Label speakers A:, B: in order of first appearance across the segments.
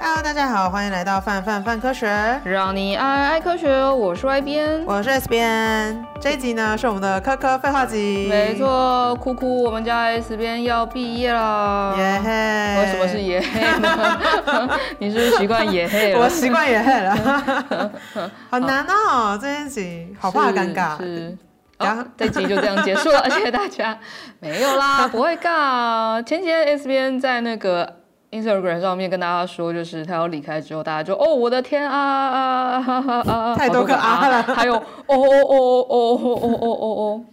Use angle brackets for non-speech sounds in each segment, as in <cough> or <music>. A: Hello，大家好，欢迎来到范范范科学，
B: 让你爱爱科学，我是 Y 边。
A: 我是 S 边。这一集呢是我们的科科废话集，
B: 没，错，哭哭，我们家 S 边要毕业啦。
A: 耶嘿。
B: 为什么是？野黑呢？ <laughs> 你是不是习惯野黑了？
A: 我习惯耶嘿
B: <laughs>
A: 了，好难哦，这一集好怕尴尬。
B: 是。是
A: 然后
B: 好，这集就这样结束了，谢谢大家。没有啦，不会尬。前几天 S 边在那个 Instagram 上面跟大家说，就是他要离开之后，大家就哦，我的天啊啊啊啊啊啊！
A: 太多个啊了
B: 还有哦哦哦哦哦哦哦哦哦哦，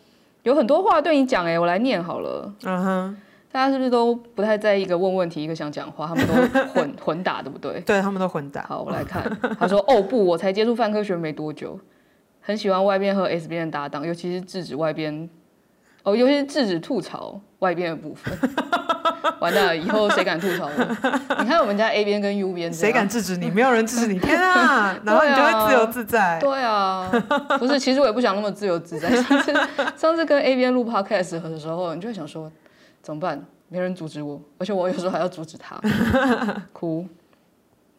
B: 有很多话对你讲哎，我来念好了。
A: 嗯哼，
B: 大家是不是都不太在意一个问问题，一个想讲话，他们都混混打，对不对？
A: 对他们都混打，
B: 好，我来看。他说：“哦不，我才接触泛科学没多久，很喜欢外边和 S 边的搭档，尤其是制止外边，哦，尤其是制止吐槽外边的部分。 <laughs> 完蛋了，以后谁敢吐槽我？你看我们家 A 边跟 U 边，
A: 谁敢？制止你？没有人制止你，天
B: <laughs>
A: 啊！然后你就会自由自在。
B: 对啊，不是，其实我也不想那么自由自在。上次 <laughs> 上次跟 A 边录 podcast 的时候，你就会想说怎么办？没人阻止我，而且我有时候还要阻止他，哭。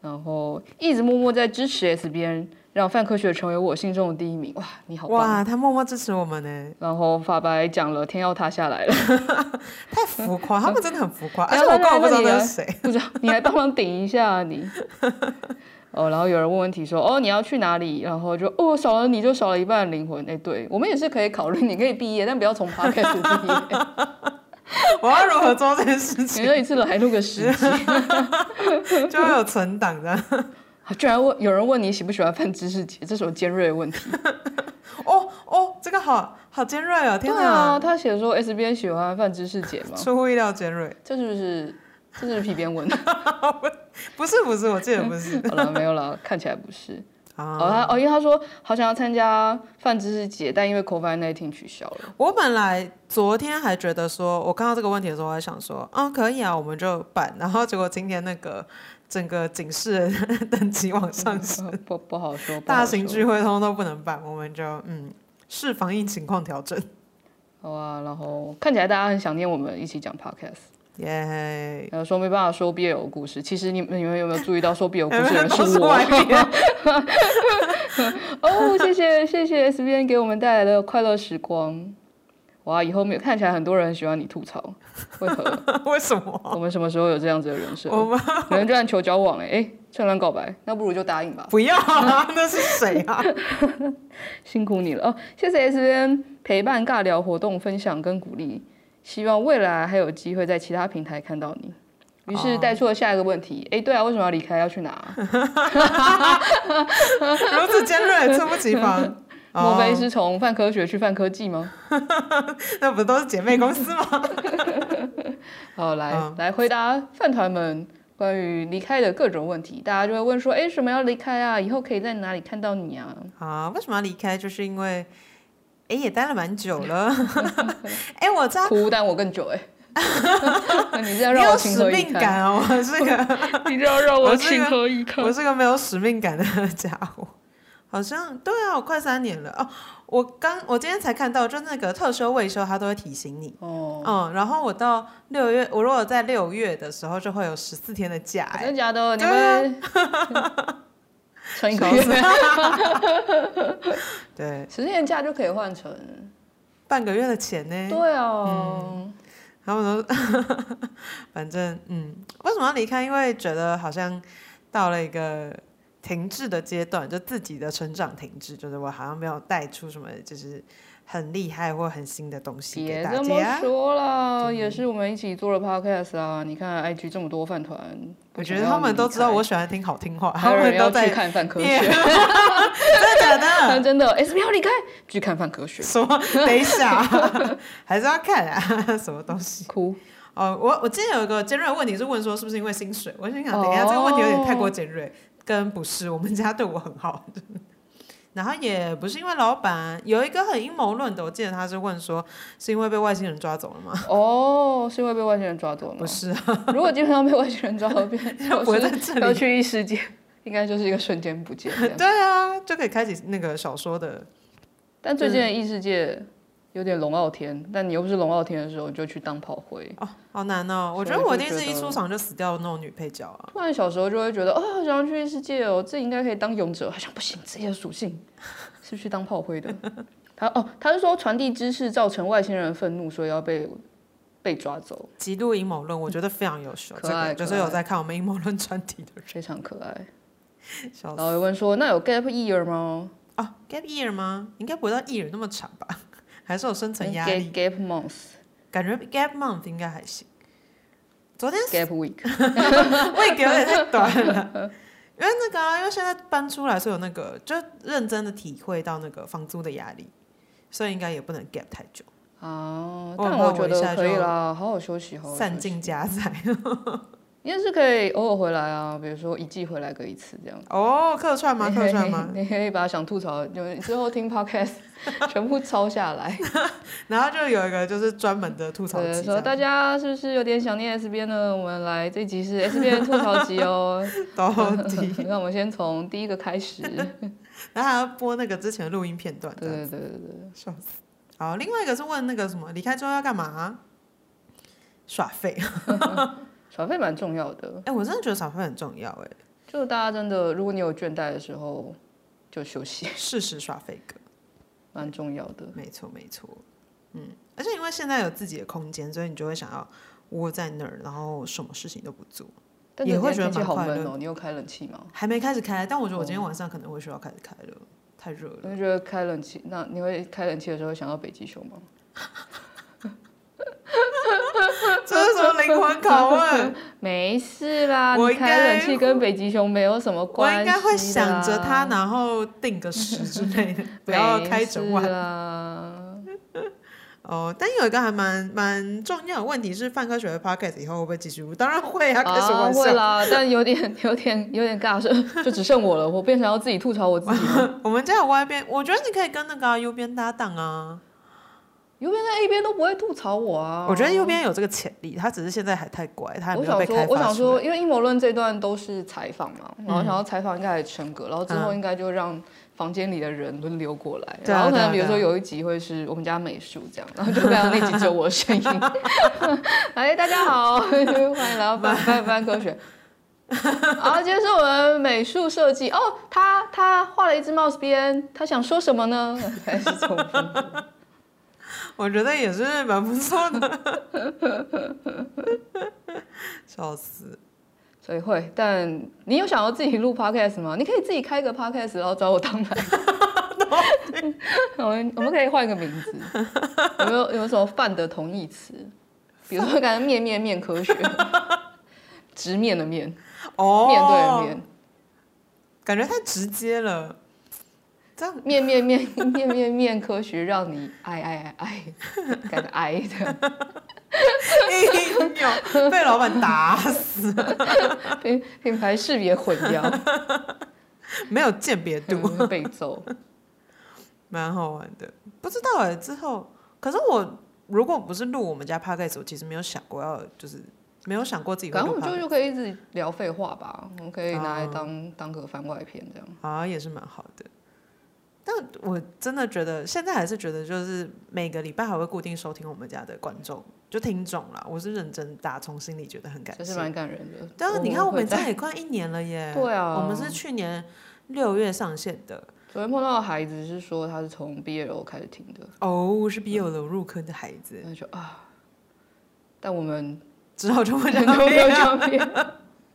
B: 然后一直默默在支持 S 边，让范科学成为我心中的第一名。哇，你啊好棒！
A: 哇，他默默支持我们呢，
B: 然后法白讲了，天要塌下来了，
A: 太浮夸，他们真的很浮夸，
B: 不
A: 而
B: 要
A: 哎且我根
B: 再
A: 本不知道
B: 来这里
A: 那
B: 了
A: 是谁。
B: 啊不知道你来帮忙顶一下
A: <laughs>
B: 啊你。哦，然后有人问问题说，哦，你要去哪里？然后就，哦，少了你就少了一半的灵魂。哎，对我们也是可以考虑，你可以毕业，但不要从 p o d c a s 毕业。
A: <laughs>
B: 啊
A: 我要如何做这件事
B: 你 <laughs>
A: 情？
B: 说一次来录个十集，
A: 就会有存档的。
B: 啊居然问有人问你喜不喜欢范知识节，这是我尖锐的问题。
A: 哦哦，这个好好尖锐哦！
B: 对
A: 天哪，
B: 啊，他写说 S 边喜欢范知识节吗？
A: 出乎意料尖锐。
B: 这是不是这是皮鞭问？
A: 不是不是，我记得不
B: <laughs>
A: 是
B: 好了，没有了，看起来不是。
A: <laughs>
B: 哦，
A: 啊。
B: 他哦，因为他说好想要参加范知识节，但因为 COVID 1 9取消了。
A: 我本来昨天还觉得说，我看到这个问题的时候，我还想说，啊，可以啊，我们就办。然后结果今天那个整个警示的等级往上升，
B: <laughs> 不不好嗯说，不好
A: 大型
B: 说
A: 聚会通通都不能办，我们就嗯，视防疫情况调整。
B: 好啊，然后看起来大家很想念我们一起讲 podcast，
A: 耶、
B: 然后说没办法说 BL 有故事。其实你们你们有没有注意到说 BL 有故
A: 哎
B: 事的人
A: <laughs> 都是
B: 我？
A: 外
B: <laughs>
A: 面
B: 哦，谢谢谢谢 S B N 给我们带来的快乐时光。哇，以后没有看起来很多人很喜欢你吐槽，为
A: <laughs>
B: 何？
A: 为什么？
B: 我们什么时候有这样子的人设？
A: 我们
B: 有人居然求交往哎、欸、哎，趁乱告白，那不如就答应吧。
A: 不要啊！那是谁啊？
B: <laughs> 辛苦你了哦，谢谢 S B N 陪伴尬聊活动分享跟鼓励，希望未来还有机会在其他平台看到你。于是带出了下一个问
A: 哦
B: 题，哎、对啊，为什么要离开？要去哪？
A: 如此尖锐，猝不及
B: <laughs>
A: 防。哦
B: 莫非是从泛科学去泛科技吗？
A: <laughs> 那不都是姐妹公司吗？ <laughs>
B: 好，哦来、
A: 哦
B: 来回答饭团们关于离开的各种问题，大家就会问说，哎、什么要离开啊？以后可以在哪里看到你啊？
A: 啊，为什么要离开？就是因为，哎，也待了蛮久了。 <laughs> 哎，我知道
B: 哭，但我更久
A: <laughs>
B: 哎、你这样
A: 你
B: 让我
A: 有
B: 情
A: 使
B: 何以
A: 命
B: 堪？
A: 感哦，我是个
B: <laughs> 你这样让
A: 我
B: 我
A: 是一
B: 情
A: 个
B: 何以堪？
A: 我是个没有使命感的家伙。好像对啊，我快三年了哦。我刚我今天才看到，就那个特休未休，他都会提醒你。
B: 哦，
A: 嗯，然后我到六月，我如果在六月的时候就会有十四天的假，哎
B: 真的假的？你
A: 对
B: 们乘一个
A: 笑
B: 月
A: 死， <laughs> 对，
B: 十天假就可以换成。
A: 半个月的钱呢。
B: 对啊，
A: 他们都， <laughs> 反正嗯，为什么要离开？因为觉得好像到了一个停滞的阶段，就自己的成长停滞，就是我好像没有带出什么，就是很厉害或很新的东西给
B: 别
A: 大
B: 这么
A: 家。
B: 说啦，也是我们一起做了 podcast 啊。你看 IG 这么多饭团，
A: 我觉得他们都知道
B: 我
A: 我喜欢听好听
B: <laughs>
A: 话，
B: 还
A: 他
B: 有人
A: 们
B: 要
A: 都
B: 去
A: 在
B: 看饭科
A: 念
B: 学，
A: 真的假的？
B: 真的 S 不要离开，去看饭科学，
A: 什么？ <laughs> 等一下，还是要看啊， <laughs> 什么东西？
B: 哭。
A: 哦，我我今天有一个尖锐的问题是问说是不是因为薪水？我心想，等一下这个问题有点太过尖锐，跟不是我们家对我很好。 <laughs> 然后也不是因为老板有一个很阴谋论的，我记得他是问说是因为被外星人抓走了吗？
B: 哦，是因为被外星人抓走了
A: 不
B: 吗？
A: 是啊，
B: 如果基本上被外星人抓走，变
A: 我
B: 就
A: 在这
B: 是
A: 里
B: 要去异世界，应该就是一个瞬间
A: <laughs>
B: 不见这样。
A: 对啊，就可以开启那个小说的
B: 但最近的异世界有点龙傲天，但你又不是龙傲天的时候，你就去当炮灰。
A: 哦，好难哦！我觉得
B: 所以
A: 我一
B: 就
A: 定是
B: 觉
A: 一
B: 得
A: 出场就死掉的那种女配角啊。
B: 突然小时候就会觉得，哦，好想要去异世界哦，这应该可以当勇者，好像不行，自己的属
A: <laughs>
B: 性是去当炮灰的。他哦，他是说传递知识造成外星人愤怒，所以要被被抓走，
A: 极度阴谋论，我觉得非常
B: <laughs>
A: 优秀。
B: 哦可
A: 这个
B: 爱
A: 就
B: 可
A: 是有
B: 爱
A: 在看我们阴谋论专题 <laughs> 的
B: 非常可爱。
A: 人，笑
B: 然
A: 死
B: 后又问说，那有 gap year 吗
A: 啊！Gap year 吗？应该不到 year 那么长吧？ <laughs> 还是有生存压力？
B: ？gap gap 呃 month
A: 感觉 Gap month 应该还行。昨天
B: gap week，
A: 我也给有点太短了，因为那个、啊，因为现在搬出来，所以有那个就认真的体会到那个房租的压力，所以应该也不能 gap 太久，
B: 哦，
A: 我很
B: 但
A: 怕
B: 我
A: 我
B: 觉
A: 一下
B: 得可以
A: 就
B: 啦，好好休息，好好休息
A: 散尽家财。
B: 你也是可以偶尔回来啊，比如说一季回来个一次这样。
A: 哦，客串
B: <laughs>
A: 吗？客串吗？
B: 你可以？你可以把想吐槽，就是之后听 podcast <laughs> 全部抄下来。
A: 然后就有一个 <laughs> 就是专门的吐槽
B: 对，
A: 机这 <laughs>
B: 说
A: 样，
B: 大家是不是有点想念 S 边呢？我们来这集是 S 边吐槽
A: <laughs>
B: 集哦。
A: 到
B: <laughs>
A: 底，
B: 那我们先从第一个
A: <laughs>
B: 开始。对
A: 然后还要播那个之前的录音片段，这样
B: 对对对对，
A: 笑死。好，另外一个是问那个什么离开之后要干嘛、耍废，
B: 耍费蛮重要的。
A: 哎、我真的觉得耍废很重要、
B: 就大家真的，如果你有倦怠的时候，就休息，
A: 哎，适时耍废歌。
B: 蛮重要的。
A: 没错，没错。嗯，而且因为现在有自己的空间，所以你就会想要窝在那儿，然后什么事情都不做。
B: 但
A: 也
B: 你今
A: 会
B: 天
A: 觉得
B: 天气
A: 蛮
B: 好
A: 快乐
B: 闷哦，你有开冷气吗？
A: 还没开始开，但我觉得我今天晚上可能会需要开始开了，太
B: <laughs>
A: 热了。
B: 我就觉得开冷气，那你会开冷气的时候想到北极熊吗？
A: 这是什么灵魂拷问？
B: <laughs> 没事啦，
A: 我
B: 你
A: 应该
B: 开冷气跟北极熊没有什么
A: 我
B: 关系
A: 应该会想着它，
B: 啦，
A: 然后定个时之类
B: <laughs>
A: 的，不要开整
B: 没
A: 晚
B: 事。啦。
A: 哦，但有一个还蛮蛮重要的问题是，范科学的 podcast 以后会不会继续录？当然会啊，开始
B: 啊，
A: 玩
B: 会
A: 笑。
B: 啦，但有点有点 <laughs> 有点尬，就就只剩我了，我变成要自己吐槽我自己了。
A: <laughs> 我们家有外边，我觉得你可以跟那个啊右边搭档啊。
B: 右边跟 A 边都不会吐槽我啊，
A: 我觉得右边有这个潜力，他只是现在还太乖，他还
B: 我
A: 没有
B: 想
A: 被
B: 说
A: 开，
B: 我想
A: 发出
B: 说，
A: 来。嗯
B: 因为阴谋论这段都是采访嘛，然后想要采访应该还陈格，然后之后应该就让房间里的人轮流过来，
A: 对啊
B: 然后可
A: 对啊
B: 能比如
A: 对
B: 说
A: 啊
B: 有一集会是我们家美术这样，然后就看到那集只有我的声
A: <laughs>
B: 音，哎，大家好， <laughs> 欢迎来到翻翻翻科学。好，今天是我们美术设计哦，他他画了一只帽子边，他想说什么呢？ <laughs> 开始重复
A: 我觉得也是蛮不错的，笑死！
B: 所以会，但你有想要自己录 podcast 吗？你可以自己开一个 podcast，然后找我当来宾。 <laughs> 我们我们可以换一个名字，有没有有没有什么饭的同义词？比如说，感觉面面面科学，直面的面，
A: 哦，
B: 面对的面，
A: 感觉太直接了。这样
B: 面面面面面面科学，让你爱爱爱爱，感觉爱的，
A: 硬要被老板打死，
B: 品品牌识别混淆，
A: 没有鉴别度，
B: 嗯被
A: <laughs>
B: 揍。
A: 蛮好玩的。不知道哎、之后可是我如果不是录我们家 podcast，我其实没有想过要就是没有想过自己会
B: 反正
A: 录
B: 我们
A: podcast
B: 就就可以一直聊废话吧，我们可以拿来
A: 啊
B: 当当个番外篇这样。
A: 啊，也是蛮好的。但我真的觉得，现在还是觉得，就是每个礼拜还会固定收听我们家的观众，就听众啦。我是认真打从心里觉得很感
B: 其实
A: 谢。
B: 蛮感人的。
A: 对啊，你看我
B: 会
A: 们
B: 在
A: 家也快一年了耶。
B: 对啊
A: 我们是去年六月上线的。
B: 昨天碰到的孩子是说他是从 BL 开始听的，
A: 哦，是 BL 入坑的孩子，
B: 那就啊，但我们
A: 之后就
B: <laughs>
A: 会讲
B: 没有没有
A: BL。
B: 相片，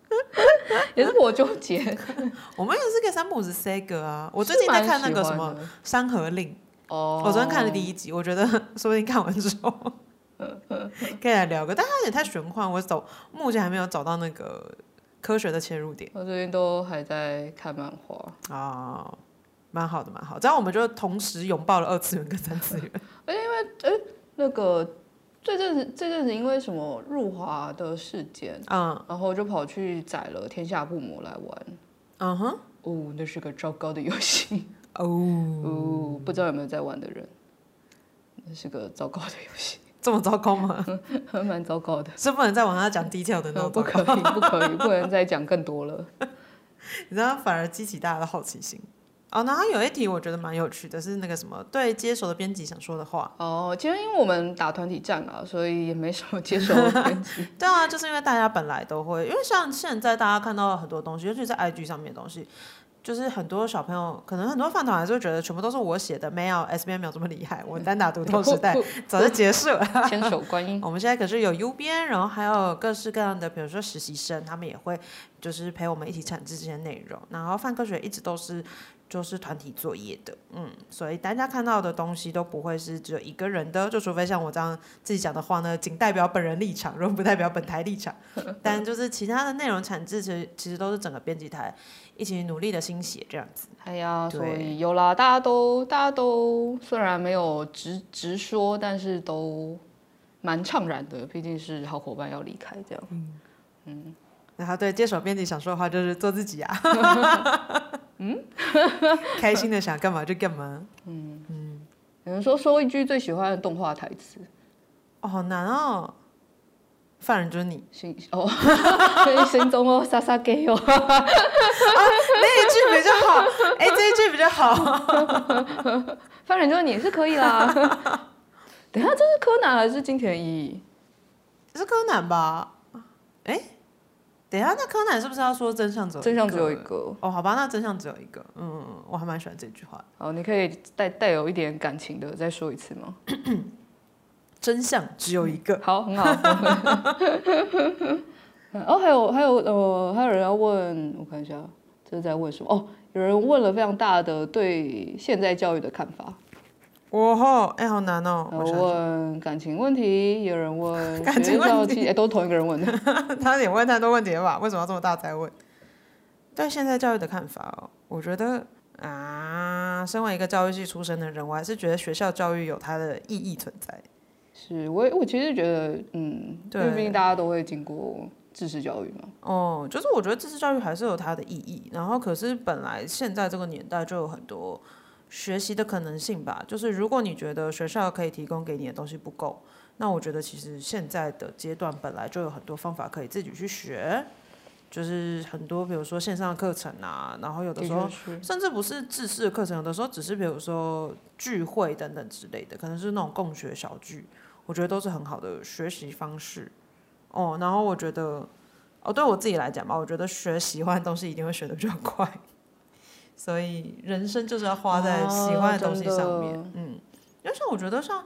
B: <laughs> 也是我纠结。
A: 我们也是给三浦子 say 个啊。 <laughs> 我最
B: 是
A: 近在
B: 蛮
A: 看那
B: 喜
A: 个什
B: 欢
A: 么《
B: 的
A: 山河令》，
B: 哦，
A: 我昨天看了第一集，我觉得 <laughs> 说不定看完之 <laughs> 后可以来聊个，但它有点太玄幻，我走目前还没有找到那个科学的切入点
B: 我最近都还在看漫画，
A: 啊、哦，蛮好的，蛮好。这样我们就同时拥抱了二次元跟三次元
B: 那个这阵子这阵子因为什么入华的事
A: <laughs>
B: 件，
A: 嗯
B: 然后就跑去载了天下父母来玩。
A: 嗯哼，
B: 哦，那是个糟糕的游戏。
A: 哦，
B: 哦，不知道有没有在玩的人，那是个糟糕的游戏， <laughs>
A: 这么糟糕吗？
B: 蛮糟糕的。
A: 是不能再往下讲 detail <laughs> 的那
B: 呃
A: 种
B: 不
A: 糟
B: 可
A: 糕，
B: 以，
A: <laughs>
B: 不可以，不能再讲更多了。
A: 你知道反而激起大家的好奇心。哦，然后有一题我觉得蛮有趣的，是那个什么对接手的编辑想说的话。
B: 哦，其实因为我们打团体战啊，所以也没什么接受编辑。
A: 对啊，就是因为大家本来都会，因为像现在大家看到很多东西，尤其是 IG 上面的东西，就是很多小朋友可能很多饭团还是会觉得全部都是我写的，没有 S B 没有这么厉害，我单 <laughs> 打独斗
B: <laughs>
A: 时代早就结束了。
B: 千手观音，
A: 我们现在可是有 U 编，然后还有各式各样的，比如说实习生，他们也会就是陪我们一起产制这些内容。然后泛科学一直都是就是团体作业的，嗯，所以大家看到的东西都不会是只有一个人的，就除非像我这样自己讲的话呢，仅代表本人立场，然后不代表本台立场。但就是其他的内容产制，其实其实都是整个编辑台一起努力的心血这样子。
B: 哎呀，所
A: <laughs> 对
B: 以有啦，大家都大家都虽然没有直直说，但是都蛮怅然的，毕竟是好伙伴要离开这样。
A: 然后对接手编辑想说的话就是做自己啊，嗯， <laughs> 开心的想干嘛就干嘛。
B: 有人说说一句最喜欢的动画台词，
A: 哦，好难哦。犯人就是你 <laughs>
B: 心 <laughs> 哦，心中哦， <laughs> 莎莎给哦，
A: 那一句比较好，哎，这一句比较好。
B: 犯人就是你是可以
A: <laughs>
B: 啦。等一下，这是柯南还是金田一？
A: 是柯南吧？哎，等一下，那柯南是不是要说真相只有
B: 真相只有一
A: 个？
B: 个。
A: 哦，好吧，那真相只有一个。嗯，我还蛮喜欢这句话。
B: 好，哦你可以带带有一点感情的再说一次吗？
A: 真相只有一个，
B: 好，很 <laughs> 好。嗯哦，还有还有呃，还有人要问，我看一下，这是在问什么？哦，有人问了非常大的对现在教育的看法，
A: 哇吼，哎，好难哦。
B: 有
A: 我
B: 人
A: 想
B: 问感情问题，有人
A: <laughs>
B: 问
A: 感
B: 学
A: 情问
B: 校期，哎、都是同一个人问的。
A: 想 <laughs> 他也问太多问题了吧？为什么要这么大灾问？对现在教育的看法哦，我觉得啊，身为一个教育系出身的人，我还是觉得学校教育有它的意义存在。
B: 是我也我其实觉得，嗯，因为
A: 对
B: 毕竟大家都会经过知识教育嘛。
A: 哦，就是我觉得知识教育还是有它的意义，然后可是本来现在这个年代就有很多学习的可能性吧。就是如果你觉得学校可以提供给你的东西不够，那我觉得其实现在的阶段本来就有很多方法可以自己去学，就是很多比如说线上课程啊，然后有的时候
B: 的确是
A: 甚至不是自式的课程，有的时候只是比如说聚会等等之类的，可能是那种共学小聚，我觉得都是很好的学习方式。哦，然后我觉得，哦，对我自己来讲吧，我觉得学喜欢的东西一定会学得比较快，所以人生就是要花在喜欢东西上面。
B: 哦
A: 嗯，因为像我觉得像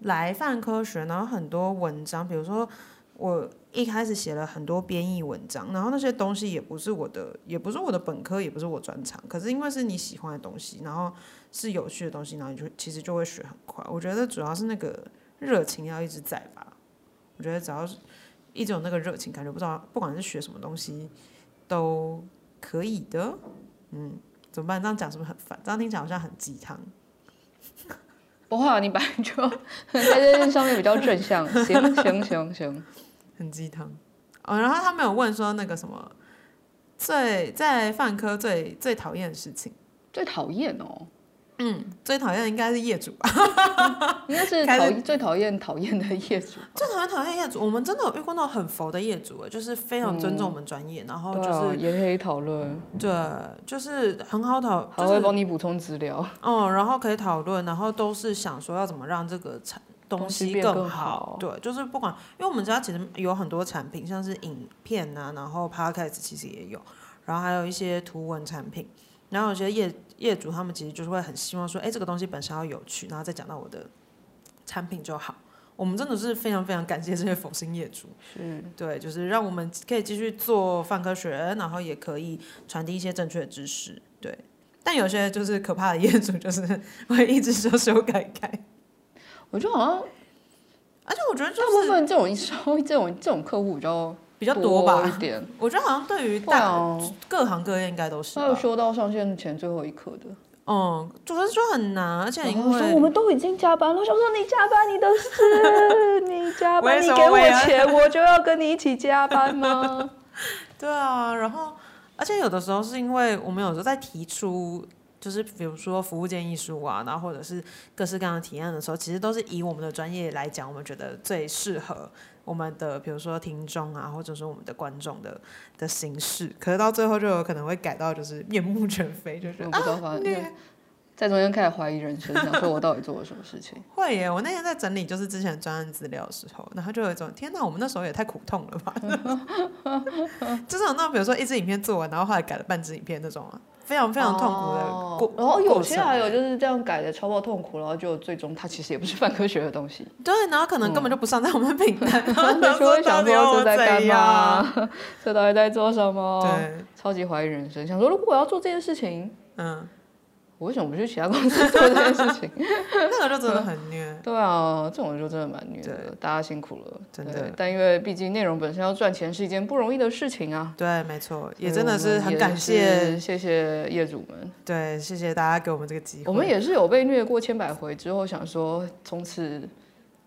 A: 来泛科学，然后很多文章，比如说我一开始写了很多编译文章，然后那些东西也不是我的，也不是我的本科，也不是我专长。可是因为是你喜欢的东西，然后是有趣的东西，然后你就其实就会学很快。我觉得主要是那个热情要一直在吧。我觉得只要是一直有那个热情，感觉不知道不管是学什么东西都可以的。嗯，怎么办？这样讲是不是很烦？这样听起来好像很鸡汤。
B: <laughs> 不会啊，你本来就 <laughs> 在这件上面比较正 <laughs> 向。行行行行，
A: 很鸡汤。哦，然后他们有问说那个什么，最在犯科最最讨厌的事情，
B: 最讨厌 <laughs> 哦，
A: 嗯，最讨厌的应该是业主吧？
B: 应该是
A: 开
B: 讨最讨厌讨厌的业主。
A: 最讨厌讨厌业主，我们真的有遇过那种很佛的业主，欸就是非常尊重我们专业，然后
B: 对
A: 就
B: 啊
A: 是
B: 也可以讨论，
A: 对，就是很嗯好讨，
B: 还
A: 就
B: 会
A: 是
B: 帮你补充资料，
A: 哦，然后可以讨论，然后都是想说要怎么让这个产
B: 东
A: 东
B: 西
A: 西
B: 变
A: 更
B: 更好
A: 好。对，就是不管，因为我们家其实有很多产品，像是影片啊，然后 podcast 其实也有，然后还有一些图文产品。然后有些业业主他们其实就是会很希望说，哎，这个东西本身要有趣，然后再讲到我的产品就好。我们真的是非常非常感谢这些佛心业主，
B: 是
A: 对，就是让我们可以继续做泛科学，然后也可以传递一些正确的知识。对，但有些就是可怕的业主，就是会一直说修改改，
B: <laughs> 我觉得好像
A: 而且我觉得就
B: 大部
A: 是
B: 分这种稍微这种这种客户比较
A: 比较多吧。
B: 一点，
A: 我觉得好像对于
B: 对
A: 大、
B: 啊，
A: 各行各业应该都是
B: 还有
A: 吧，
B: 修到上线前最后一刻的，
A: 嗯，就是说很难，而且
B: 然
A: 因
B: 后说我
A: 为
B: 们都已经加班了，我想说你加班你的
A: <laughs>
B: 事，你加班
A: 为
B: 你
A: 什么
B: 给
A: 我
B: 我
A: 要
B: 钱，我就要跟你一起加班吗？
A: 对啊，然后而且有的时候是因为我们有时候在提出就是比如说服务建议书啊，然后或者是各式各样的提案的时候，其实都是以我们的专业来讲，我们觉得最适合我们的，比如说听众啊，或者说我们的观众的的形式。可是到最后就有可能会改到就是面目全非，就啊觉
B: 我
A: 得
B: 不知道发生、在中间开始怀疑人生，想说我到底做了什么事情。
A: 会耶！我那天在整理就是之前专案资料的时候，然后就有一种天哪，我们那时候也太苦痛了吧！ <laughs> 就是有那种比如说一支影片做完，然后后来改了半支影 <laughs> 片那种啊，非常非常痛苦的
B: 哦
A: 过。
B: 然后有
A: 过
B: 些
A: 程哎
B: 还有就是这样改的超爆痛苦，然后就最终它其实也不是泛科学的
A: <laughs>
B: 东西。
A: 对，然后可能根本就不上在我们平台，然后
B: 嗯 <laughs> 你
A: 想
B: 就会
A: 到
B: 想
A: 底
B: 说
A: 我
B: 这在干
A: 怎样？
B: 嘛？哦这到底在做什么？
A: 对，
B: 超级怀疑人生，想说如果我要做这件事情，
A: 嗯，
B: 我为什么不去其他公司做这
A: <laughs>
B: 件事情？
A: 那个就真的很
B: <laughs>
A: 虐。
B: 对啊，这种就真的蛮虐的，大家辛苦了，
A: 真的
B: 对。但因为毕竟内容本身要赚钱是一件不容易的事情啊，
A: 对，没错，也
B: 所
A: 真
B: 以
A: 的
B: 我
A: 是
B: 们
A: 很
B: 也
A: 感谢
B: 是，谢谢业主们。
A: 对，谢谢大家给我们这个机会。
B: 我们也是有被虐过千百回之后，想说从此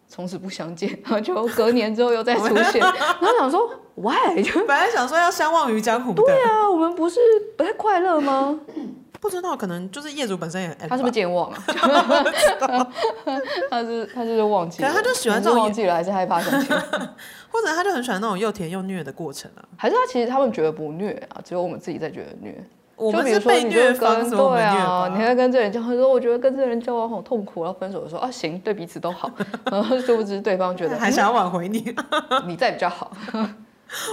B: 从此不相见， <laughs> 然后就隔年之后又再出
A: <laughs>
B: 现，然后想说 why？就
A: 本来想说要相忘于江哎湖的，
B: 对啊，我们不是不太快乐吗？
A: 不知道可能就是业主本身也哎很
B: 他是不是健忘啊？ <laughs> 他是他就是忘记了，
A: 可是他就喜欢这种
B: 你是忘记了，还是害怕想起来？
A: 或者他就很喜欢那种又甜又虐的过程啊。
B: <laughs> 还是他其实他们觉得不虐啊，只有我们自己在觉得虐。
A: 我
B: 就
A: 们
B: 比如
A: 是
B: 说
A: 被
B: 你就
A: 虐方，
B: 跟
A: 所以我
B: 对
A: 们虐
B: 啊，你
A: 吧。
B: 会跟这个人交往，说我觉得跟这个人交往好痛苦，然后分手的时候啊行，对彼此都好， <laughs> 然后殊不知对方觉得
A: <laughs>
B: 嗯
A: 还想要挽回你？
B: 你在比较好，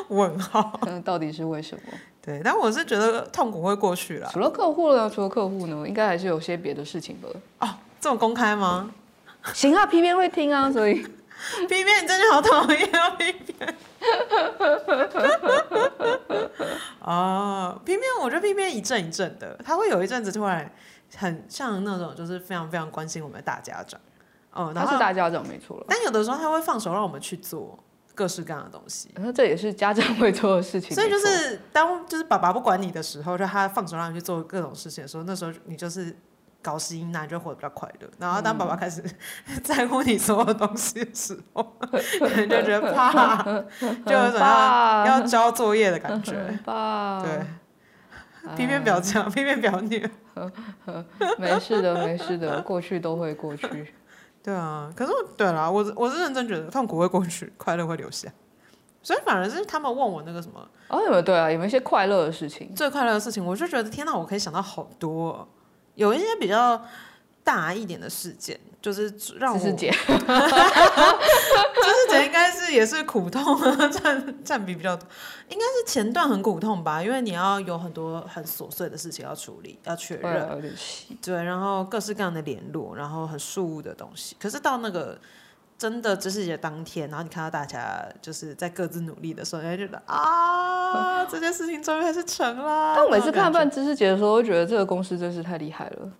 A: 问号。
B: 嗯，到底是为什么？
A: 对，但我是觉得痛苦会过去啦。
B: 除了客户呢？除了客户呢？应该还是有些别的事情吧。
A: 哦，这种公开吗
B: 行啊，P 边会听啊，所以
A: ？P 面你真的好讨厌啊！P 面。 <laughs> 哦，P 面，我觉得 P 面一阵一阵的，他会有一阵子突然很像那种就是非常非常关心我们的大家长。哦，然
B: 他是
A: 后
B: 大家长没错了。
A: 但有的时候他会放手让我们去做各式各样的东西。
B: 然后这也是家长会做的事情，
A: 所以就
B: 没错
A: 是当就是爸爸不管你的时候，就他放手让你去做各种事情的时候，那时候你就是搞死因，那你就活得比较快乐。然后当
B: 嗯
A: 爸爸开始 <laughs> 在乎你所有东西的时候，你就觉
B: <laughs>
A: 得怕，就有种要
B: 爸
A: 要交作业的感
B: <laughs>
A: 觉。
B: 爸，
A: 对，
B: 哎
A: 偏偏表强，偏偏表女。
B: <laughs> 没事的，没事的，过去都会过去。
A: 对啊，可是我对啦，我我是认真觉得痛苦会过去，快乐会留下。所以反而是他们问我那个什么
B: 哦，有没有对啊？有没有一些快乐的事情？
A: 最快乐的事情，我就觉得天哪，我可以想到好多哦、有一些比较大一点的事件，就是让我
B: 这是姐，
A: 这应该是也是苦痛啊， <laughs> 占占比比较多，应该是前段很苦痛吧，因为你要有很多很琐碎的事情要处理，要确
B: <laughs> 对
A: 认，
B: 啊，有点细。
A: 对，然后各式各样的联络，然后很事务的东西。可是到那个真的知识节当天，然后你看到大家就是在各自努力的时候，你会觉得啊，这件事情终于还是成啦。
B: 但我每次
A: 啊那种感
B: 看
A: 觉
B: 办知识节的时候，会觉得这个公司真是太厉害了。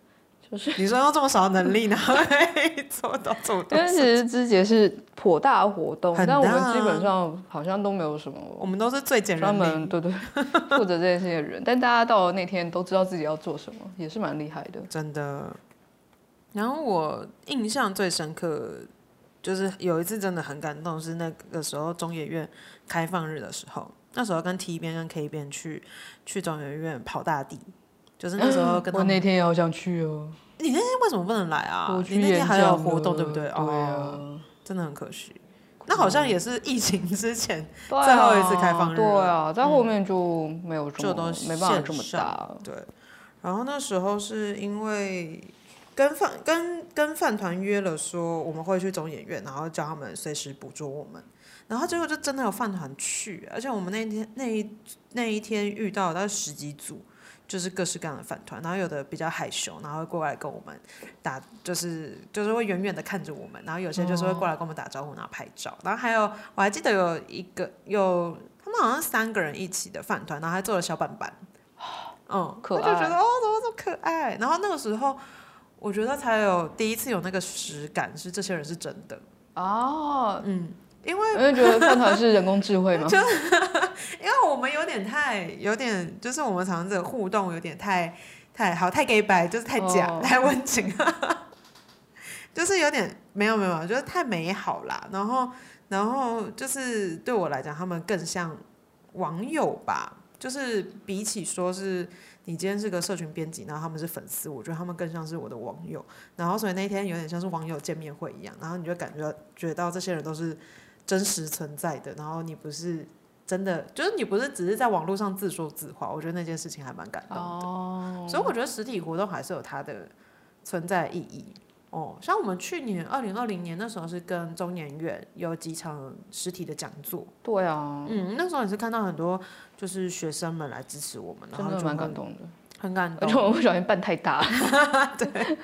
A: 你说用这么少的能力，然后 <laughs> 可以做到这么多
B: 因为其
A: 事，
B: 实知识节是颇大的活动，
A: 很
B: 但我
A: 大啊
B: 们基本上好像都没有什么
A: 我们都是最简
B: 专
A: 人
B: 门
A: 力。
B: 对对
A: <laughs>
B: 负责这件事情的人，但大家到了那天都知道自己要做什么，也是蛮厉害的。
A: 真的。然后我印象最深刻，就是有一次真的很感动，是那个时候中研院开放日的时候，那时候跟 T 边跟 K 边去去中研院跑大地，就是那时候哦跟他
B: <gasps> 我
A: 们。
B: 那天也好想去哦，
A: 你那天为什么不能来啊
B: 我？
A: 你
B: 去
A: 那天
B: 演
A: 还有
B: 讲
A: 活动
B: 了
A: 对不对？
B: 对
A: 哦，
B: 啊，哦
A: 真的很可惜。那好像也是疫情之前，
B: 对啊
A: 最后一次开放日了嗯
B: 对啊，在后面就没有这
A: 就
B: 么
A: 都
B: 没办法这么
A: 线
B: 大
A: 上，对，然后那时候是因为跟饭跟跟饭团约了说我们会去总演院，然后叫他们随时捕捉我们，然后结果就真的有饭团去，而且我们那天那一那一天遇到大概十几组。就是各式各样的饭团，然后有的比较害羞，然后会过来跟我们打，就是就是会远远的看着我们，然后有些就是会过来跟我们打招呼，然后拍照，然后还有我还记得有一个有他们好像三个人一起的饭团，然后还做了小板板，嗯，
B: 哦可
A: 我就觉
B: 爱
A: 得哦，怎么这么可爱？然后那个时候，我觉得才有第一次有那个实感，是这些人是真的，
B: 啊。
A: 哦嗯，因为
B: 因为觉得饭团是人工智
A: <laughs>
B: 慧嘛，
A: 因为我们有点太有点，就是我们常常这个互动有点太太好太 gay 白，就是太假、
B: 哦
A: 太温情， <laughs> 就是有点没有没有，就是太美好啦。然后然后就是对我来讲，他们更像网友吧，就是比起说是你今天是个社群编辑，然后他们是粉丝，我觉得他们更像是我的网友。然后所以那天有点像是网友见面会一样，然后你就感觉觉到这些人都是真实存在的，然后你不是真的，就是你不是只是在网络上自说自话。我觉得那件事情还蛮感动的。
B: 哦，
A: 所以我觉得实体活动还是有它的存在意义。哦，像我们去年二零二零年那时候是跟中研院有几场实体的讲座，
B: 对啊，
A: 嗯，那时候也是看到很多就是学生们来支持我们，然
B: 真
A: 后
B: 的
A: 就
B: 蛮
A: 会
B: 感动的。
A: 很感
B: 而
A: 动
B: <laughs> 且，我不小心办太大，
A: 对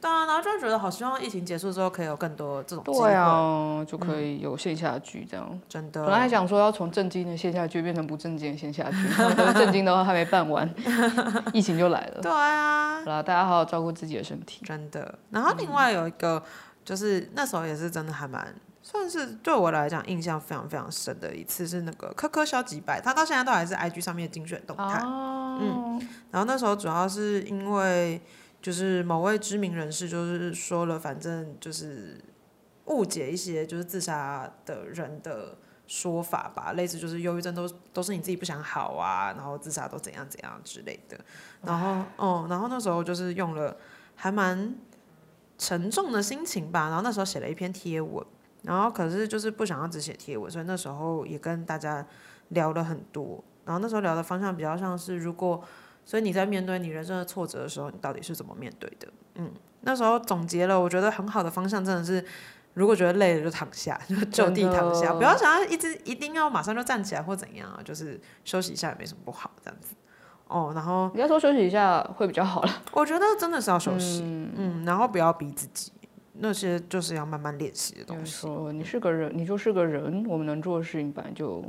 A: 啊，然后就觉得好希望疫情结束之后可以有更多这种机会，嗯
B: 对啊，就可以有线下剧这样。
A: 真
B: 本来还
A: 的，
B: 想说要从正经的线下剧变成不正经的线下 <laughs> 剧，可是正经的话还没办完， <laughs> 疫情就来了。
A: 对啊，
B: 好啦，大家好好照顾自己的身体。
A: 真的。然后另外有一个，就是那时候也是真的还蛮，算是对我来讲印象非常非常深的一次，是那个科科肖几百，他到现在都还是 IG 上面的精选动态。
B: 哦，
A: 嗯然后那时候主要是因为就是某位知名人士就是说了，反正就是误解一些就是自杀的人的说法吧，类似就是忧郁症都都是你自己不想好啊，然后自杀都怎样怎样之类的。然后哦、然后那时候就是用了还蛮沉重的心情吧，然后那时候写了一篇贴文。然后可是就是不想要只写贴文，所以那时候也跟大家聊了很多。然后那时候聊的方向比较像是，如果所以你在面对你人生的挫折的时候，你到底是怎么面对的？嗯，那时候总结了，我觉得很好的方向真的是，如果觉得累了就躺下，就就地躺下，
B: 真的
A: 不要想要一直一定要马上就站起来或怎样啊，就是休息一下也没什么不好这样子。哦，然后
B: 你要说休息一下会比较好了。
A: 我觉得真的是要休息，嗯然后不要逼自己，那些就是要慢慢练习的
B: 就是
A: 东西。
B: 说哦你是个人，你就是个人，我们能做的事情本来就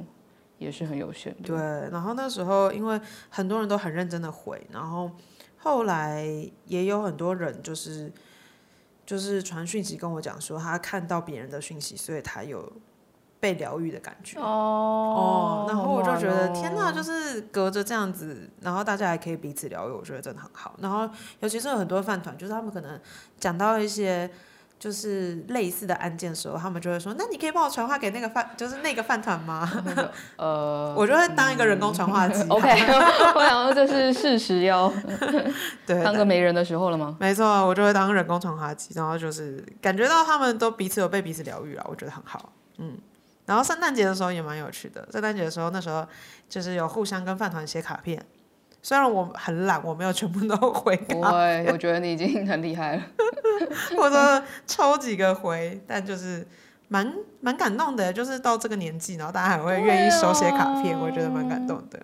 B: 也是很有限的。
A: 对，然后那时候因为很多人都很认真的回，然后后来也有很多人就是就是传讯息跟我讲说，他看到别人的讯息，所以他有被疗愈的感觉。
B: 哦
A: 然后我就觉得天
B: 哪，
A: 哪，就是隔着这样子，然后大家还可以彼此疗愈，我觉得真的很好。然后尤其是有很多饭团，就是他们可能讲到一些就是类似的案件的时候，他们就会说：“那你可以帮我传话给那个饭，就是那个饭团吗？”
B: 哦呃，
A: <laughs> 我就会当一个人工传话机。
B: <laughs>
A: <laughs>
B: 哦 OK，我想说这是事实要
A: 对，
B: 当个媒人的时候
A: <laughs>
B: 了吗？
A: 没错，我就会当人工传话机，然后就是感觉到他们都彼此有被彼此疗愈啊了，我觉得很好。嗯，然后圣诞节的时候也蛮有趣的，圣诞节的时候那时候就是有互相跟饭团写卡片，虽然我很懒，我没有全部都 <laughs> 回
B: 不
A: 卡，
B: 会，我觉得你已经很厉害了。
A: 我都抽几个回，但就是蛮蛮感动的，就是到这个年纪，然后大家还会愿意手写卡片，
B: 对啊
A: 我觉得蛮感动的。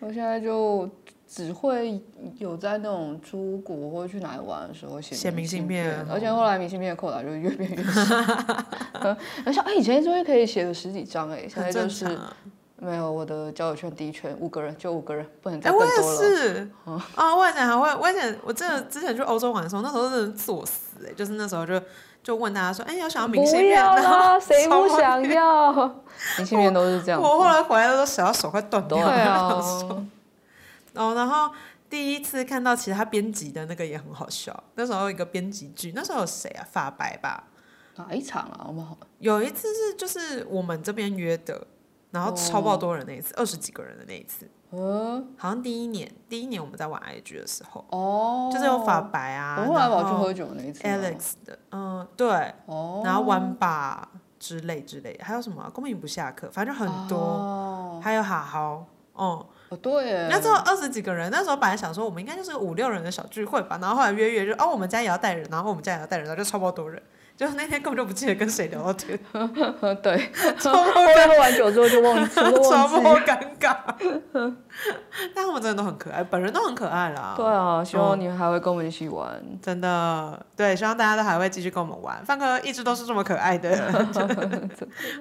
B: 我现在就只会有在那种出国或者去哪里玩的时候
A: 写
B: 写
A: 明信
B: 信
A: 片哦
B: 而且后来明信片的扣打就越变越少。 <laughs> 而且哎，以前终于可以写个十几张哎，现在
A: 很
B: 就
A: 正
B: 是
A: 常啊，
B: 没有我的交友圈第一圈五个人就五个人，不能再
A: 哎、
B: 更
A: 我也
B: 多了。哦
A: 是，啊，我以前还会，我以前我真的之前去欧洲玩的时候，那时候真的作死哎、就是那时候就就问大家说，哎、有想要明信
B: 不
A: 片？
B: 要
A: 然后
B: 啦，谁不
A: 手
B: 想
A: <laughs>
B: 要？明信片都是这样子。
A: 我后来回来的时候，手要手快断掉
B: 对
A: 了。
B: 啊，
A: 哦，然后第一次看到其他编辑的那个也很好笑，那时候有一个编辑剧，那时候有谁啊？法白吧，
B: <laughs> 哪一场啊？我们好
A: 有一次是就是我们这边约的，然后超
B: 哦
A: 爆多人那一次，二十、几个人的那一次，
B: 嗯
A: 好像第一年第一年我们在玩 IG 的时候，
B: 哦，
A: 就是有法白啊，
B: 我后来
A: 然
B: 跑去
A: 后
B: 喝酒那一次啊。
A: Alex 的，嗯，对。
B: 哦，
A: 然后玩吧之类之类，还有什么啊、公民不下课，反正很多，
B: 哦，
A: 还有哈豪，哦、
B: 哦对耶，
A: 那时候二十几个人，那时候本来想说我们应该就是个五六人的小聚会吧，然后后来约约就哦我们家也要带人，然后我们家也要带人，然后就超爆多人，就那天根本就不记得跟谁聊到
B: <laughs>
A: 天，
B: 对， <laughs>
A: 超
B: 后来喝完酒之后就忘记，都
A: 超
B: 忘
A: 爆
B: 记。
A: 尴尬。但他们真的都很可爱，本人都很可爱啦。
B: <laughs> 对啊，希望你还会跟我们一起玩。
A: 真的，对，希望大家都还会继续跟我们玩。范哥一直都是这么可
B: <laughs>
A: 爱的，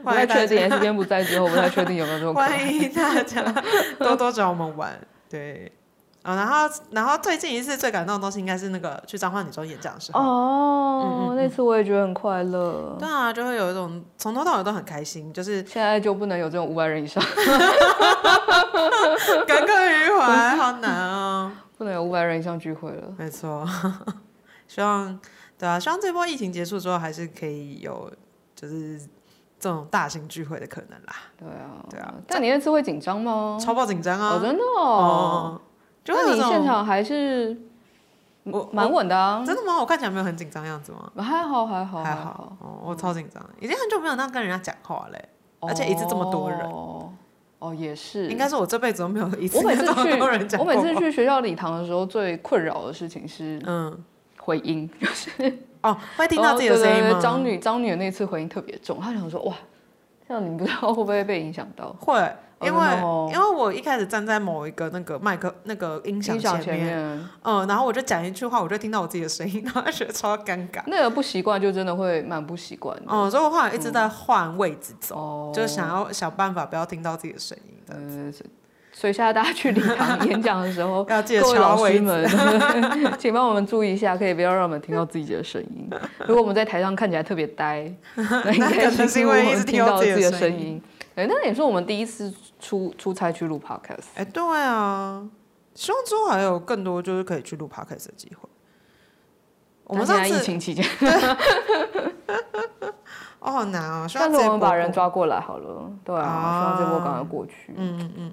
B: 不太确定 S 边不在之后， <laughs> 不太确定有没有这种可能。
A: 欢迎大
B: <laughs>
A: 家多多找我们玩。对，啊、然后然后最近一次最感动的东西应该是那个去彰化女中演讲的时候。
B: 哦，那次我也觉得很快乐。
A: 对啊，就会有一种从头到尾都很开心，就是
B: 现在就不能有这种五百人以上， <laughs>
A: 耿耿于怀，好难哦。
B: 不能有五百人以上聚会了。
A: 没错， <laughs> 希望对啊，希望这波疫情结束之后，还是可以有就是这种大型聚会的可能啦，
B: 对啊，
A: 对啊，
B: 但你那次会紧张吗？
A: 超爆紧张
B: 哦，
A: 啊！
B: 真的哦，
A: 嗯，就会
B: 那
A: 有
B: 你
A: 种
B: 现场还是
A: 我
B: 蛮稳的啊，
A: 真的吗？我看起来没有很紧张样子吗？
B: 还好还好
A: 还
B: 好，
A: 哦，我超紧张，已经很久没有那样跟人家讲话嘞、而且一次这么多人
B: 哦，哦也是，
A: 应该是我这辈 <laughs> 子都没有一次
B: 我每
A: 跟
B: 次
A: 这么多人
B: 去，
A: 讲
B: 我
A: 过
B: 每次去学校礼堂的时候，最困扰的事情是
A: 嗯，
B: 回音，就是
A: 哦，会听到自己的
B: 哦对
A: 声
B: 对
A: 音
B: 对
A: 吗？
B: 张女张女的那次回音特别重，她想说哇，这样你不知道会不会被影响到？
A: 会，因为、
B: 真的哦
A: 因为我一开始站在某一个那个麦克那个 <laughs> 音响
B: 音响
A: 前
B: 前
A: 面，
B: 面
A: 嗯，然后我就讲一句话，我就听到我自己的声音，然后就觉得超尴尬。
B: 那个不习惯，就真的会蛮不习惯的。
A: 嗯，所以我后来一直在换位置走，
B: 哦
A: 就是想要想办法不要听到自己的声音的，
B: 呃，所以现在大家去礼堂 <laughs> 演讲的时候，
A: 要记得
B: 哦各位
A: 调
B: 老
A: 位
B: 师
A: 置。
B: 们，
A: <laughs>
B: 请帮我们注意一下，可以不要让我们听到自己的声音。如果我们在台上看起来特别
A: <laughs>
B: 呆，那应该
A: 可能是
B: 因
A: 因为
B: 我
A: 一直
B: 们
A: 听
B: 听
A: 到
B: 到
A: 自己的
B: 自己的
A: 声
B: 声
A: 音
B: 音。哎，那也是我们第一次出出差去录 podcast。
A: 哎、对啊，希望之后还有更多就是可以去录 podcast 的机会。我们
B: 但
A: 上
B: 现在疫
A: 次
B: 情期间，
A: 哦好难哦，希
B: 下
A: 望
B: 次
A: 这一
B: 我们
A: 波
B: 把人
A: 过
B: 抓过来好了。对啊，希望这波赶快过去。嗯，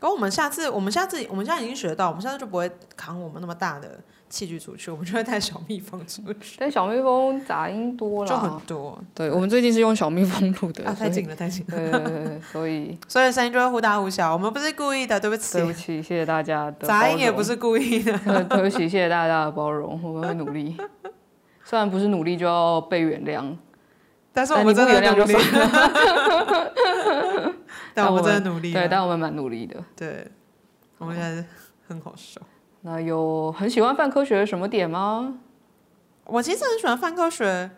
A: 可我们下次，我们下次，我们现在已经学到，我们下次就不会扛我们那么大的器具出去，我们就会带小蜜蜂出去，
B: 但小蜜蜂杂音多
A: 就很
B: 了。
A: 多
B: 对，我们最近是用小蜜蜂录的
A: 啊，太
B: 所以
A: 近了，太近了，
B: 对对对对，所以
A: 所以声音就会忽大忽小。我们不是故意的， <laughs> 对不起
B: 对，不起，谢谢大家的
A: 杂音
B: 包
A: 也
B: 容
A: 不是故意的。
B: 呃 <laughs> 对不起，谢谢大家的包容，我们会努力。虽然不是努力就要被原谅，
A: 但是我
B: 但
A: 们
B: 你
A: 真
B: 不原
A: 的
B: 谅
A: 努
B: 就
A: 力，
B: 算了。
A: 但我们
B: 但我们
A: 真的努力
B: 对，
A: 了，
B: 但我们蛮努力的。
A: 对，我们现在很好笑。
B: 那有很喜欢泛科学的什么点吗？
A: 我其实很喜欢泛科学，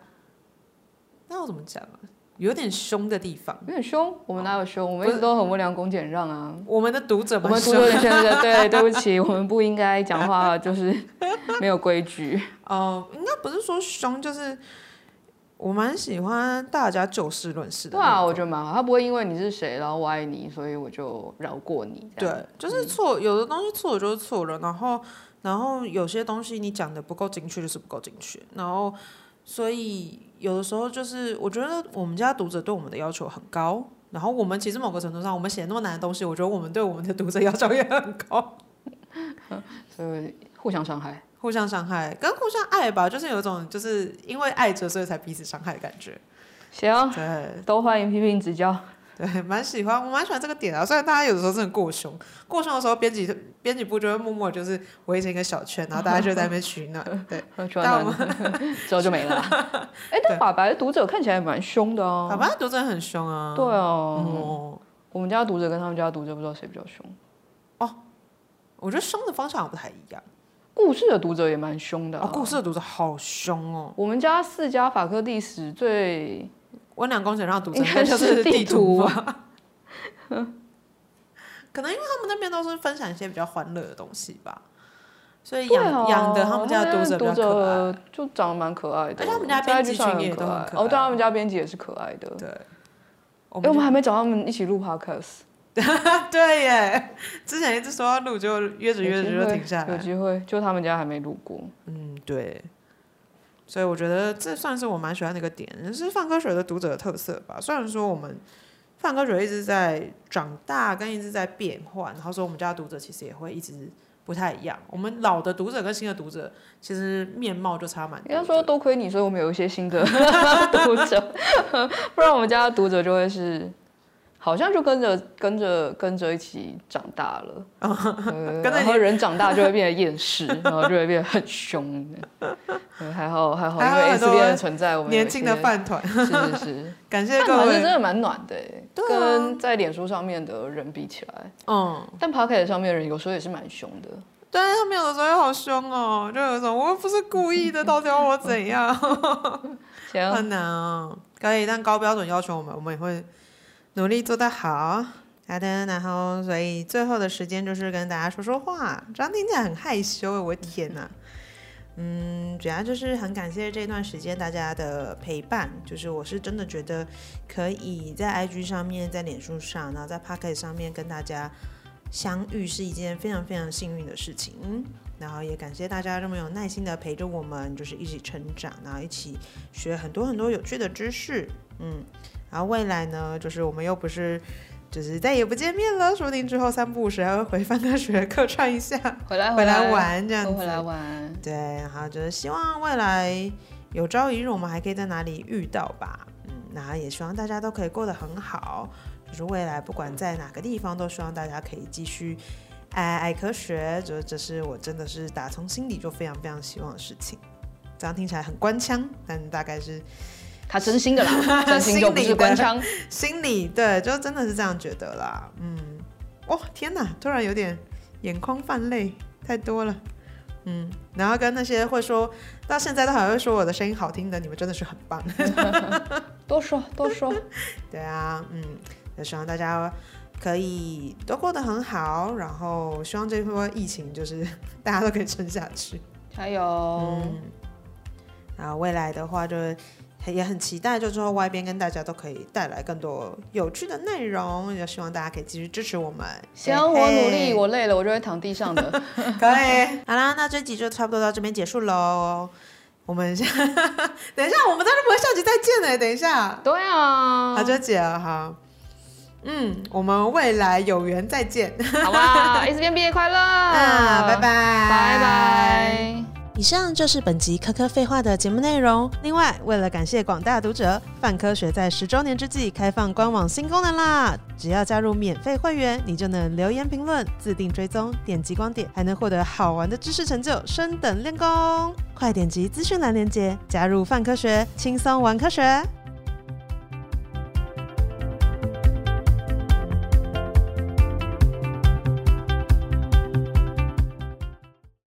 A: 那我怎么讲啊？有点凶的地方，
B: 有点凶，我们哪有凶？我们一直都很温良恭俭让啊。
A: 我们的读者
B: 我
A: 蛮
B: 们读
A: 凶 <laughs>
B: 者先生，对，对不起，我们不应该讲话就是没有规
A: <laughs>
B: 矩。
A: 哦、应该不是说凶，就是我蛮喜欢大家就事论事的
B: 对
A: 那
B: 啊，
A: 种。
B: 我觉得蛮好，他不会因为你是谁，然后我爱你，所以我就饶过你。这样
A: 对，就是错，有的东西错了就是错了，然后然后有些东西你讲的不够精确就是不够精确，然后所以有的时候就是我觉得我们家读者对我们的要求很高，然后我们其实某个程度上我们写那么难的东西，我觉得我们对我们的读者要求也很高，
B: 所以互相伤害。
A: 互相伤害跟互相爱吧，就是有一种就是因为爱着所以才彼此伤害的感觉，
B: 行，
A: 对。
B: 都欢迎批评指教。
A: 对，蛮喜欢，我蛮喜欢这个点啊。虽然大家有的时候真的过凶，过凶的时候，编辑编辑部就会默默就是围成一个小圈，然后大家就在那边取
B: <laughs>
A: 暖。对，
B: 去
A: 但
B: 完蛋 <laughs> 之后就没
A: <laughs>
B: 了啦。哎、但法白的读者看起来蛮凶的哦、
A: 好吧，读者很凶啊。
B: 对哦、
A: 哦，
B: 我们家读者跟他们家读者不知道谁比较凶。
A: 我觉得凶的方向不太一样。
B: 故事的读者也蛮凶的、
A: 哦，
B: 啊
A: 故事的读者好凶哦。
B: 我们家四家法科历史最
A: 温良恭俭让的读者
B: 应该
A: 就是地
B: 地
A: 图
B: 图
A: 吧。
B: 嗯 <laughs>
A: 可能因为他们那边都是分享一些比较欢乐的东西吧，所以
B: 对哦
A: 养养的他们家的读者
B: 他
A: 比
B: 们
A: 较
B: 家
A: 可爱。
B: 的读者就长得蛮可爱的，
A: 而且他们家编辑群也都很可爱
B: 在 IG 上哦，对，他们家编辑也是可爱的。
A: 对，我们
B: 哎、
A: <laughs>
B: 我们还没找他们一起录 podcast，
A: 对耶，之前一直说要录，就约着约着
B: 有机
A: 就
B: 会
A: 停下
B: 有
A: 来。
B: 机会，就他们家还没录过。
A: 嗯，对。所以我觉得这算是我蛮喜欢的一个点，也是泛科学的读者的特色吧。虽然说我们泛科学一直在长大，跟一直在变换，然后说我们家的读者其实也会一直不太一样。我们老的读者跟新的读者其实面貌就差蛮
B: 应该
A: 多
B: 说
A: 的。
B: 多亏你，所以我们有一些新的 <laughs> 读者，不然我们家的读者就会是，好像就跟着跟着跟着一起长大了，呃
A: 哦 <laughs> 跟着
B: 然后人长大就会变得厌世，然后就会变得很凶。对还好还好，
A: 还好
B: 因为
A: 很
B: S
A: 多
B: 恋的存在，我们有一
A: 年轻的
B: 些
A: 饭团，
B: 是是是，
A: <laughs> 感谢
B: 饭
A: 各
B: 团是真
A: 位。
B: 的蛮暖的欸，
A: 对啊
B: 跟在脸书上面的人比起来，
A: 嗯，
B: 但 Pocket 上面的人有时候也是蛮凶的。
A: 对他们有的时候好凶哦，就有一种我又不是故意
B: <laughs>
A: 的，到底要我怎样？
B: 行，
A: 很难哦，可以，但高标准要求我们，我们也会努力做得好。好的，然后所以最后的时间就是跟大家说说话，这样听起来很害羞诶，我的天呐。嗯，主要就是很感谢这段时间大家的陪伴，就是我是真的觉得可以在 IG 上面、在脸书上，然后在 Pocket 上面跟大家相遇是一件非常非常幸运的事情。然后也感谢大家这么有耐心的陪着我们，就是一起成长，然后一起学很多很多有趣的知识。嗯然后未来呢，就是我们又不是。就是再也不见面了，说不定之后三不五时还会回翻个学客串一下，
B: 回来
A: 哦 <laughs> 回来
B: 来，
A: 玩这样
B: 都回来
A: 子。
B: 玩。
A: 对，然后就是希望未来有朝一日我们还可以在哪里遇到吧。嗯，然后也希望大家都可以过得很好。就是未来不管在哪个地方，都希望大家可以继续爱爱科学。就是这是我真的是打从心底就非常非常希望的事情。这样听起来很官腔，但大概是
B: 他真心
A: <laughs>
B: 的啦，真心就不是官腔。
A: 心里对，就真的是这样觉得啦。嗯，哦天哪，突然有点眼眶泛泪，太多了。嗯，然后跟那些会说到现在都还会说我的声音好听的，你们真的是很棒。 <laughs>
B: 多说多说，
A: 对啊，嗯，也希望大家可以都过得很好，然后希望这波疫情就是 <laughs> 大家都可以撑下去。
B: 加油！
A: 嗯，然后未来的话就很也很期待，就之后外边跟大家都可以带来更多有趣的内容，也希望大家可以继续支持我们。
B: 行，我努
A: 嘿
B: 力，我累了，我就会躺地上的。
A: 可以。好啦，那这集就差不多到这边结束喽。我们下， <laughs> 等一下，我们当然不会下集再见了。等一下，
B: <laughs> 对啊
A: 好，，就姐了哈。嗯，我们未来有缘再见。
B: 好吧，S 边毕业快乐，
A: 啊，拜拜，拜
B: 拜拜。
A: 以上就是本集科科废话的节目内容。另外，为了感谢广大读者，泛科学在十周年之际开放官网新功能啦！只要加入免费会员，你就能留言评论、自定追踪、点击光点，还能获得好玩的知识成就，升等练功。快点击资讯栏链接加入泛科学，轻松玩科学。